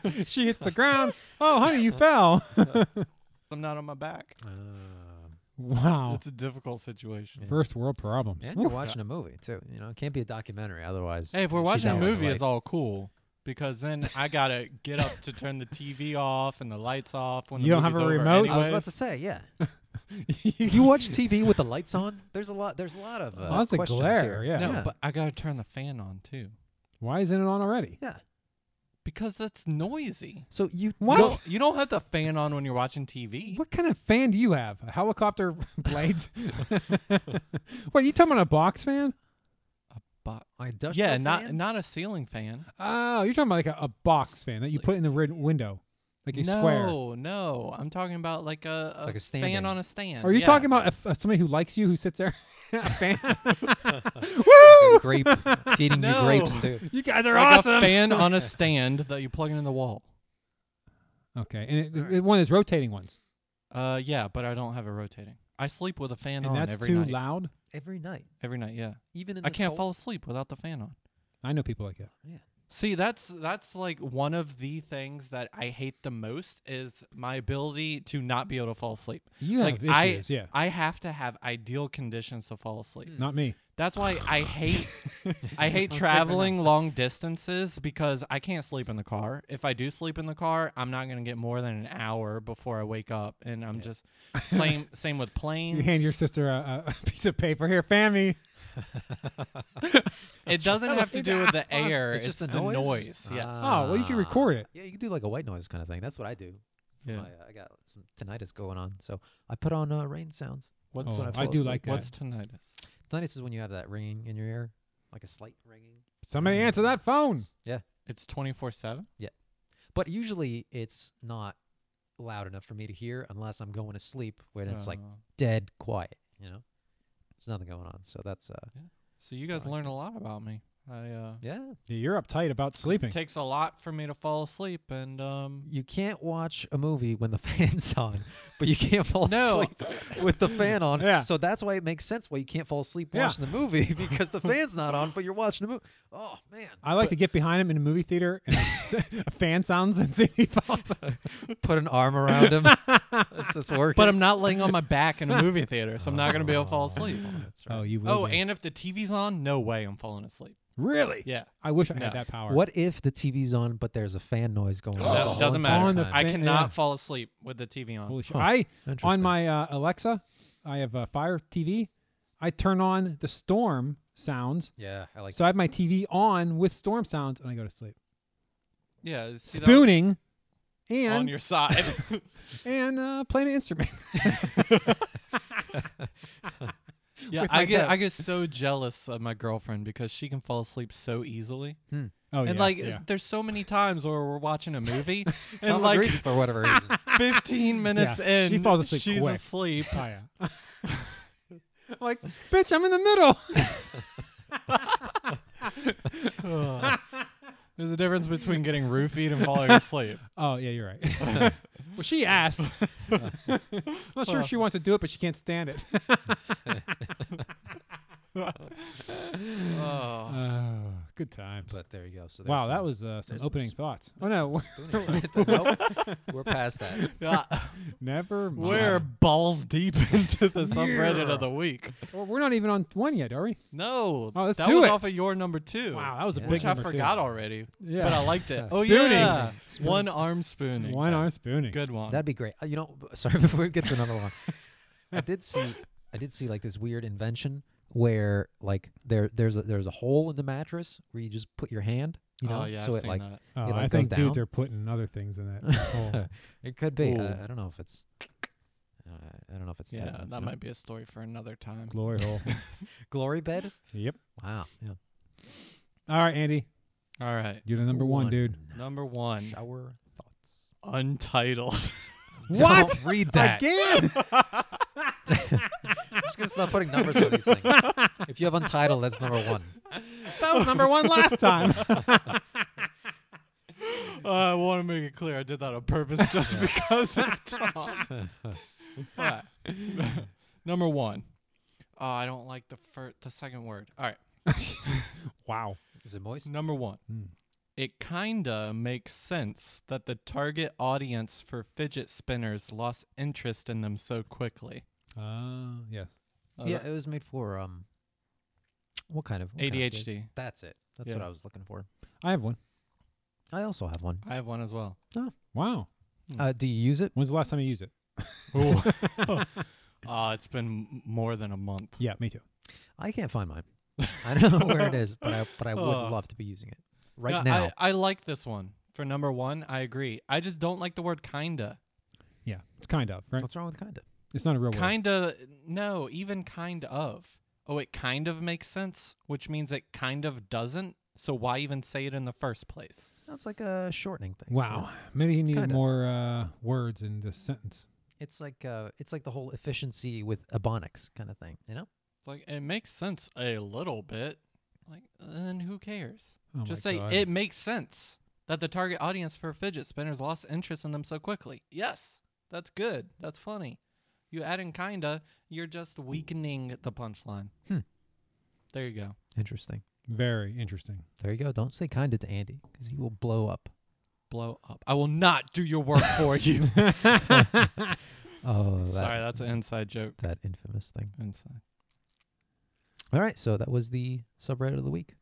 <laughs> she hits the ground. Oh, honey, you fell.
I'm not on my back.
<laughs>
Uh,
wow.
It's a difficult situation.
<laughs> First world problems.
And you're
Oof. <laughs>
watching a movie too. You know, it can't be a documentary otherwise.
Hey, if we're
she's
watching
out
a
with the
movie,
light.
it's all cool because then I gotta get up to turn the TV off and the lights off when the
You don't have
movie's
a
over
remote?
I was
anyways.
about to say, yeah. If
<laughs>
<laughs> you watch TV with the lights on, there's a lot. There's a lot of uh,
Oh,
Lots of
questions
glare,
here.
Oh, yeah.
No,
yeah.
but I gotta turn the fan on too
Why isn't it on already?
Yeah.
because that's noisy.
So you
What?
You don't, you don't have the fan on when you're watching TV.
What kind of fan do you have? A helicopter <laughs> blades? what, you talking about a box fan?
But
An industrial
yeah, not
fan?
not a ceiling fan.
Oh, you're talking about like a, a box fan that you put in the rid- window, like a
no,
square.
no, I'm talking about like a, a,
Like a
fan
stand-in.
on a stand.
Are you
yeah.
talking about a f- uh, somebody who likes you who
<laughs>
sits there? a fan?
Like
Woo!
a grape <laughs> feeding
No.
you grapes too.
You guys are
like
awesome.
a fan
<laughs>
on a stand that you plug into the wall?
Okay, and it, it- one is rotating ones,
Uh, yeah, but I don't have it rotating. I sleep with a fan
and
on
that's
every
too
night.
loud.
Every night,
Every night, yeah.
even in
I
this
can't
cold-
fall asleep without the fan on.
I know people like that.
See, that's that's like one of the things that I hate the most is my ability to not be able to fall asleep.
You
like
have issues,
I
yeah.
I have to have ideal conditions to fall asleep.
Not me.
That's why I hate
<laughs>
I hate traveling <laughs> long distances because I can't sleep in the car. If I do sleep in the car, I'm not going to get more than an hour before I wake up and I'm just same same with planes.
You hand your sister a, <laughs> a piece of paper here, Fammy.
it doesn't have to do with the air.
It's just
the
the noise?
Yes.
Oh, well, you
Ah,
can record it.
<laughs> Yeah, you can do like a white noise kind of thing. That's what I do.
Yeah.
My, uh, I got some tinnitus going on, so I put on uh, rain sounds.
What's
Oh,
when I
I
fall
do
asleep.
like that.
what's tinnitus?
Tinnitus is when you have that ringing in your ear, like a slight ringing.
Somebody
Mm.
answer that phone.
It's 24/7?
But usually it's not loud enough for me to hear unless I'm going to sleep when it's like
Uh,
dead quiet, you know? There's nothing going on. So that's uh
So you guys
So I-
learn a lot about me. I uh
yeah.
Yeah, You're uptight about sleeping.
it takes a lot for me to fall asleep and um
You can't watch a movie when the <laughs> fan's on, but you can't fall
No.
asleep with the fan on.
Yeah.
So that's why it makes sense why you can't fall asleep
Yeah.
watching the movie <laughs> because
<laughs>
the fan's not on, but you're watching the movie. Oh man.
I like to get behind him in a movie theater and a <laughs> fan sounds <laughs> and see if he falls.
Put an arm <laughs> around
<laughs>
him. this
<laughs>
is working.
but I'm not laying on my back in a
<laughs>
movie theater, so I'm not going to be able to fall asleep.
That's right.
Oh, you will.
Oh,
be.
and if the TV's on, no way I'm falling asleep.
really?
Yeah.
I wish I
No.
had that power.
What if the TV's on but there's a fan noise going on?
That
the whole
doesn't
entire
matter.
on the
Oh, time?
I
fan-
cannot
yeah.
fall asleep with the TV on.
Holy shit!
Huh.
I on
Interesting.
my uh, Alexa, I have a Fire TV. I turn on the storm sounds,
Yeah, I like
so I have my TV on with storm sounds, and I go to sleep.
yeah. see that
Spooning,
on
and
your
<laughs>
side. <laughs>
and uh, playing an instrument. <laughs>
yeah,
With my
I get
bed.
I get so jealous of my girlfriend because she can fall asleep so easily.
oh
and
yeah,
like <laughs>
yeah.
there's so many times where we're watching a
<laughs>
movie and
Tom
like
agrees for whatever reason. <laughs>
15 minutes
Yeah,
in
she falls asleep
she's
quick.
asleep.
Oh yeah. <laughs> I'm like, bitch, I'm in the middle. <laughs>
There's a difference between getting roofied and falling
<laughs>
asleep.
oh yeah, you're right. <laughs> well, she asked. <laughs> Not sure if she wants to do it, but she can't stand
<laughs>
it. <laughs>
Oh.
oh, good times.
But there you go. So there's
wow, that
some-
was uh, some
there's some
opening
sp-
thoughts. Oh no, <laughs>
spooning.
<laughs>
nope, we're past that.
never. mind.
We're balls deep <laughs> into the subreddit
Yeah.
of the week.
Well, we're not even on one yet, are we?
No,
Oh, let's
that
do
was
it.
off of your number two.
Wow, that was a
Yeah.
big.
which I
number two.
forgot already,
Yeah.
but I liked it. oh
Spooning.
yeah, one arm spooning.
One arm spooning.
Good one.
That'd be great. Uh, You know, b- <laughs> sorry before we get to another one. I did see I did see like this weird invention where like there there's a there's a hole in the mattress where you just put your hand, you know,
oh yeah,
so
I've
it
seen
like
that.
Oh,
It,
I
like, goes
think dudes
down.
are putting other things in
<laughs>
that hole.
it could be.
Ooh.
I, I don't know if it's uh, I don't know if it's
Yeah,
technical,
that
no.
might be a story for another time.
glory hole.
glory bed.
yep.
Wow. Yeah.
All right, Andy,
All right,
you're the number
<laughs>
one, dude.
number one,
Shower thoughts.
untitled.
What? Don't read that.
Again?
just gonna stop putting numbers on
<laughs>
these things. If you have Untitled, that's number one.
That was number one last time.
Uh, I want to make it clear I did that on purpose
<laughs>
just because of Tom. but, <laughs> number one. Oh, I don't like the fir- the second word. All right.
wow.
Is it moist?
Number one.
Hmm.
It kinda makes sense that the target audience for fidget spinners lost interest in them so quickly.
Uh, yes.
Uh,
yeah, it was made for um. What kind of what kind of kids?
ADHD.
that's it. That's
Yeah.
what I was looking for.
I have one.
I also have one.
I have one as well.
Wow.
Hmm.
Uh, do you use it?
When's the last time you used it?
Uh, it's been m- more than a month.
Yeah, me too.
I can't
<laughs>
find mine. I don't know where it is, but I but I would
Oh.
love to be using it right
No, I-
now.
I, like this one. For number one, I agree. I just don't like the word kinda.
Yeah, it's kind of right.
What's wrong with kinda?
It's not a real word.
Kinda, no, even kind of. Oh, it kind of makes sense, which means it kind of doesn't. So why even say it in the first place?
That's like a shortening thing. so
Wow. Maybe he needed
Kinda.
more uh, words in this sentence.
It's like uh, it's like the whole efficiency with ebonics kind of thing. You know,
It's like it makes sense a little bit. Like then who cares?
Oh my
just say
God.
it makes sense that the target audience for fidget spinners lost interest in them so quickly. Yes, that's good. That's funny. You add in kinda, you're just weakening the punchline.
Hmm.
There you go.
interesting.
Very
<laughs>
interesting.
There you go. Don't say kinda to Andy because he will blow up.
Blow up. I will not do your work
<laughs>
for you.
Oh, that,
<laughs> Sorry, that's an inside joke.
that infamous thing.
Inside.
All right, so that was the subreddit of the week.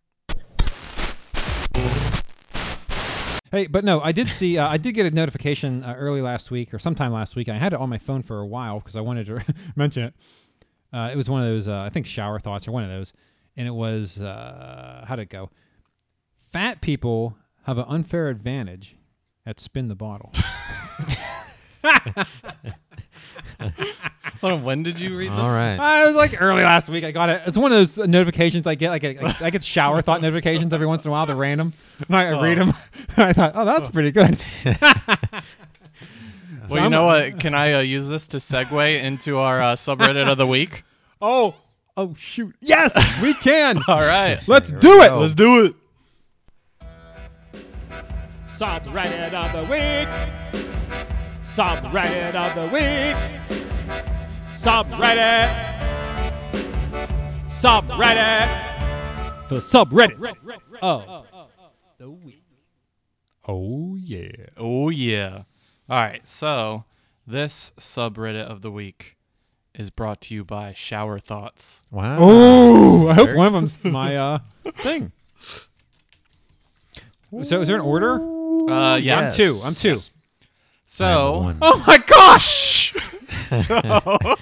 Hey, but no, I did see. Uh, I did get a notification uh, early last week or sometime last week. And I had it on my phone for a while because I wanted to <laughs> mention it. Uh, it was one of those. Uh, I think shower thoughts or one of those, and it was uh, how'd it go? Fat people have an unfair advantage at spin
<laughs>
the bottle.
<laughs> Hold on, when did you read this?
All right.
I was like early last week. I got it. It's one of those uh, notifications I get. Like I, I, get shower thought notifications every once in a while. They're random. And I, I read them. <laughs> I thought, oh, that's pretty good.
Well, you know what? Can I uh, use this to segue into our uh, subreddit of the week?
oh, oh shoot! Yes, <laughs> we can.
All right.
Let's do it.
go. Let's
do it. Subreddit of the week. Subreddit of the week. Subreddit. Subreddit. The subreddit of the week.
Oh yeah.
Oh yeah. All right. So this subreddit of the week is brought to you by Shower Thoughts.
Wow.
Ooh, I hope one of them's my uh, <laughs> thing. So, is there an order?
Uh, yeah.
I'm two. I'm two.
Yes.
So,
One.
oh my
<laughs>
gosh. so, <laughs>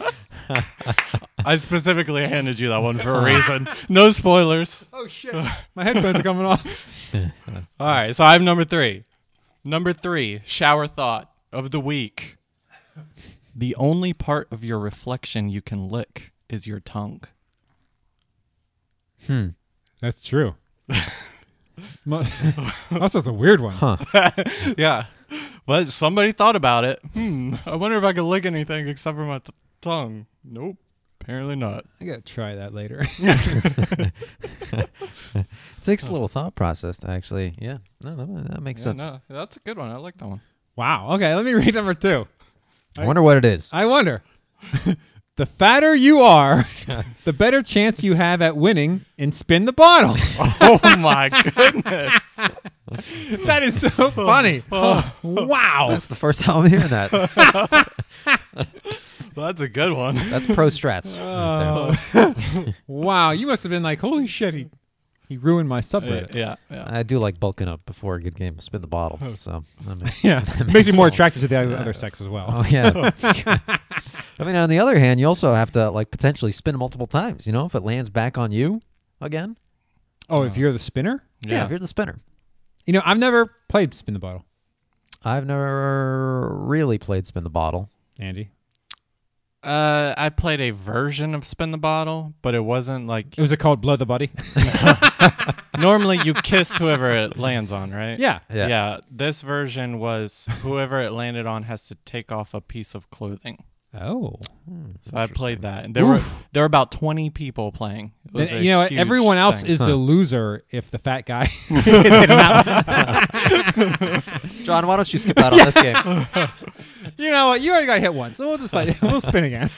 I specifically handed you that one
<laughs>
for a reason. No spoilers.
Oh shit! My headphones are coming off.
All right. So I'm number three. Number three, shower thought of the week. <laughs> The only part of your reflection you can lick is your tongue.
That's true. Mo- <laughs> That's just a weird one.
<laughs> yeah. But somebody thought about it. Hmm. I wonder if I could lick anything except for my t- tongue. Nope. Apparently not.
I gotta try that later.
<laughs> It takes a little thought process to actually. Yeah. No, no, that makes sense.
no, that's a good one. I like that one.
wow. Okay, let me read number two.
I wonder what it is.
I wonder. <laughs> the fatter you are, the better chance you have at winning and spin the bottle.
<laughs> oh <laughs> my goodness.
that is so funny. <laughs> wow.
That's the first <laughs> time I'm hearing that.
that's a good one.
That's pro strats.
Oh.
right there.
<laughs> Wow. You must have been like, holy shit, he, he ruined my
yeah, <laughs>
subreddit.
yeah, yeah.
I do like bulking up before a good game. Spin the bottle. So I mean,
Yeah. Makes you more attracted to the other, other sex as well.
Oh yeah. <laughs> I mean, on the other hand, you also have to like potentially spin multiple times. You know, if it lands back on you again.
Oh, if you're the spinner?
if you're the spinner.
You know, I've never played spin the bottle,
I've never really played spin the bottle.
Andy.
Uh, I played a version of Spin the Bottle, but it wasn't like
It was it called Blow the Buddy?
normally you kiss whoever it lands on, right?
yeah.
Yeah.
yeah. This version was whoever it landed on has to take off a piece of clothing.
Oh.
So I played that, and there were there were about twenty people playing. It was
Then,
a
you know, what?
huge
everyone else
thing.
is the loser if the fat
<laughs>
guy. <laughs>
John, why don't you skip out on this game?
you know what? You already got hit once, so we'll just like we'll
<laughs>
spin again.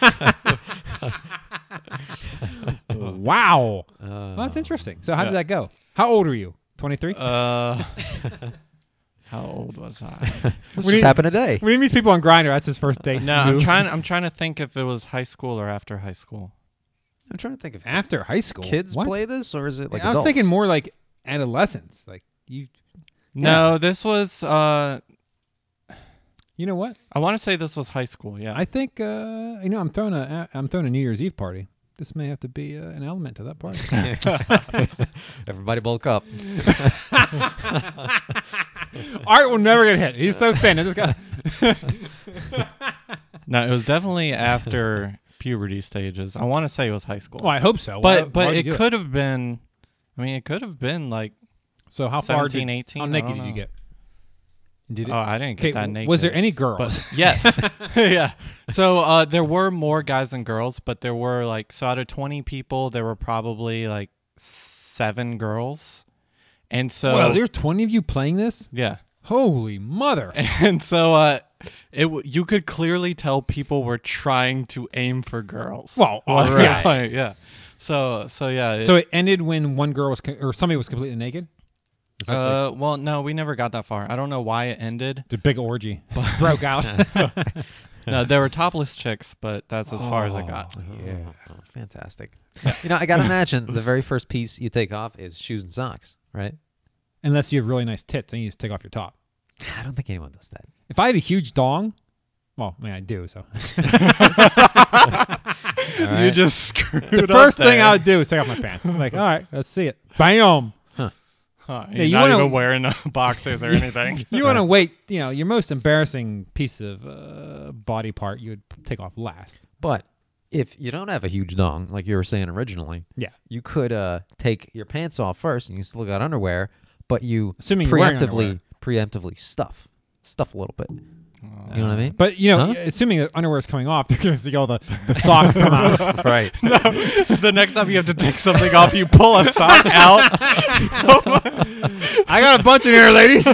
wow.
Uh,
well, that's interesting. So how did
yeah.
that go? How old are you? Twenty three.
Uh, how old was I?
This
We
just
need-
happened today.
we meet people on Grinder. That's his first date.
No, I'm
move.
trying. I'm trying to think if it was high school or after high school.
I'm trying to think of
after high school.
kids
What?
play this or is it like
I was
adults?
thinking more like adolescence. Like you.
No, this was. Uh,
You know what?
I want to say this was high school. Yeah.
I think uh, you know. I'm throwing a I'm throwing a New Year's Eve party. This may have to be uh, an element to that party.
<laughs>
<laughs>
Everybody bulk up.
Art will never get hit. He's so thin.
<laughs>
It's got-
no, it was definitely after puberty stages. I want to say it was high school.
well, I hope so. Why-
But
why
but
would you
it
do
could have been. I mean, it could have been like.
So how far? did-
17, 18,
How
I
naked
don't
did you
know.
get? Did
Oh, I didn't
okay,
get that
w-
naked.
Was there any <laughs> girls?
But <laughs> yes, <laughs> yeah. So uh, there were more guys than girls, but there were like so out of twenty people, there were probably like seven girls, and so
well, there's 20 of you playing this.
yeah, <laughs>
Holy mother!
and so uh, it w- you could clearly tell people were trying to aim for girls. <laughs>
Well, all
Like,
right.
like, yeah. So so yeah. It,
so it ended when one girl was co- or somebody was completely naked.
uh, well, no, we never got that far. I don't know why it ended.
The
<laughs>
big orgy <laughs> broke out.
No, there were topless chicks, but that's as far as I got.
Oh. Yeah. Fantastic. you know, I got to imagine the very first piece you take off is shoes and socks, right?
Unless you have really nice tits, then you just take off your top.
I don't think anyone does that.
If I had a huge dong, well, I mean, I do. So
You just screwed
the
up
first thing
there.
I would do is take off my pants. I'm like, all right, let's see it. Bam!
Huh,
Yeah,
you're
you
not
wanna-
even wearing uh, <laughs> boxers or
<laughs>
anything.
You want to wait? You know, your most embarrassing piece of uh, body part you would take off last.
But if you don't have a huge dong, like you were saying originally,
Yeah.
you could uh, take your pants off first, and you still got underwear, but you
Assuming you're wearing
preemptively preemptively stuff stuff a little bit. you know what I mean?
But you know,
Huh?
assuming the underwear is coming off, <laughs> they're going to see all the, the socks come <laughs> out.
right.
the next time you have to take something off, you pull a sock out.
I got a bunch in here, ladies.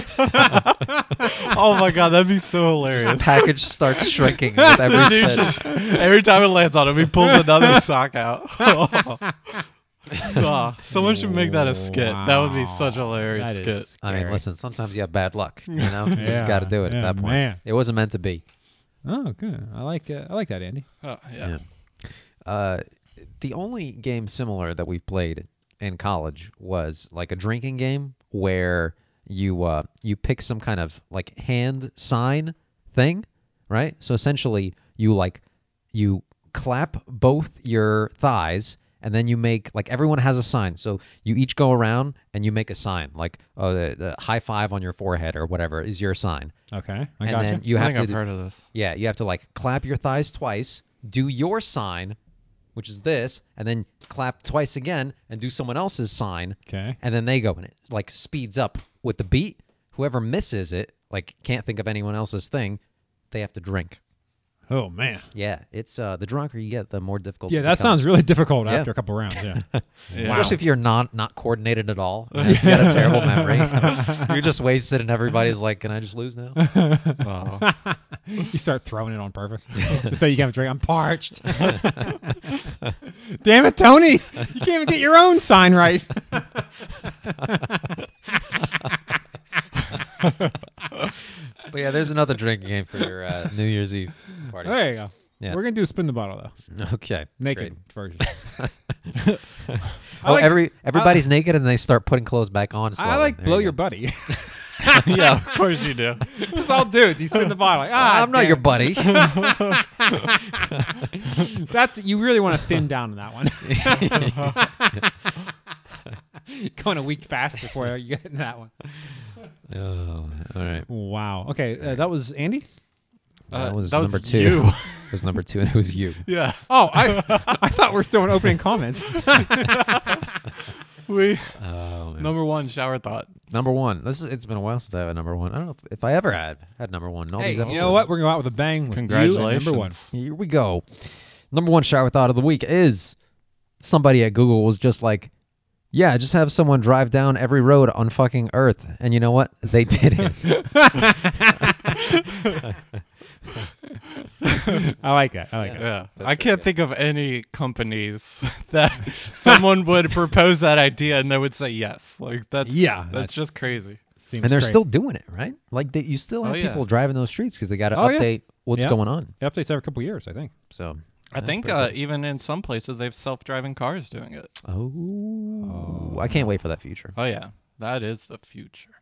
Oh my god, that'd be so hilarious.
Package
<laughs>
starts shrinking with every
Dude,
spin.
just- <laughs> every time it lands on him, he pulls another sock out. <laughs> Ah, someone should make that a skit. That would be such a hilarious
That
skit.
is
I
scary.
mean, listen, sometimes you have bad luck. You know, you just
Yeah,
got to do it
yeah,
at that point.
man.
It wasn't meant to be.
Oh, good. I like uh, I like that, Andy.
Oh, yeah.
Uh, the only game similar that we've played in college was like a drinking game where you uh, you pick some kind of like hand sign thing, right? So essentially, you like you clap both your thighs. And then you make like everyone has a sign, so you each go around and you make a sign, like uh, the, the high five on your forehead or whatever is your sign.
Okay, I
and
got
then
you.
you
I
have
think
to
I've
do-
heard of this.
yeah, you have to like clap your thighs twice, do your sign, which is this, and then clap twice again and do someone else's sign.
Okay.
And then they go and it like speeds up with the beat. Whoever misses it, like can't think of anyone else's thing, they have to drink.
Oh man.
Yeah, it's uh the drunker you get, the more difficult.
Yeah,
it
that
becomes.
sounds really difficult
Yeah.
after a couple
<laughs>
rounds. Yeah.
Especially if you're not not coordinated at all. and you got a terrible memory. you're just wasted, and everybody's like, "Can I just lose
<laughs>
now?"
Oh.
<laughs> you start throwing it
<laughs>
on purpose to say you can have a drink. I'm parched. <laughs> Damn it, Tony! You can't even get your own sign
<laughs>
right.
But yeah, there's another drinking game for your uh, New Year's Eve party.
There you go.
Yeah.
We're gonna do a spin the bottle though,
<laughs> Okay,
naked
great. <laughs>
version. <laughs> I
Oh,
like-
every everybody's naked and they start putting clothes back on.
I
slowly.
like
There
blow
you
your
go.
buddy. <laughs>
yeah, <laughs> of course you do.
this
<laughs>
is all dudes. You spin the bottle. Like, ah,
I'm not
damn
your
it." <laughs>
buddy.
That's you really want to thin down on that one.
<laughs>
<laughs> Going a week fast before you get in that one.
oh, all right.
Wow. Okay, uh, that was Andy.
that was
Uh, that was
number two.
you.
it was number two, and it was
<laughs>
you.
Yeah.
Oh, I I thought we're still
<laughs>
in opening comments.
We
Oh, man.
number one shower thought.
Oh, Number one. This is, it's been a while since I had a number one. I don't know if, if I ever had had number one. in All
Hey,
these
you
episodes.
know what? We're going to go out with a bang. With you at
Congratulations.
number one.
Here we go. Number one shower thought of the week is somebody at Google was just like, yeah, just have someone drive down every road on fucking Earth. And you know what? They <laughs> did it.
<laughs>
<laughs>
I like that. I like that.
Yeah. I can't think of any companies <laughs> that someone would propose that idea and they would say yes. Like that's
Yeah,
that's,
that's-
just crazy.
Seems
and they're
great.
still doing it, right? Like they, you still have
Oh, yeah.
people driving those streets because they got to
Oh, yeah.
update what's
Yeah.
going on.
It updates every couple years, I think.
So
I think uh, even in some places they've self-driving cars doing it.
oh, I can't wait for that future.
Oh yeah. That is the future.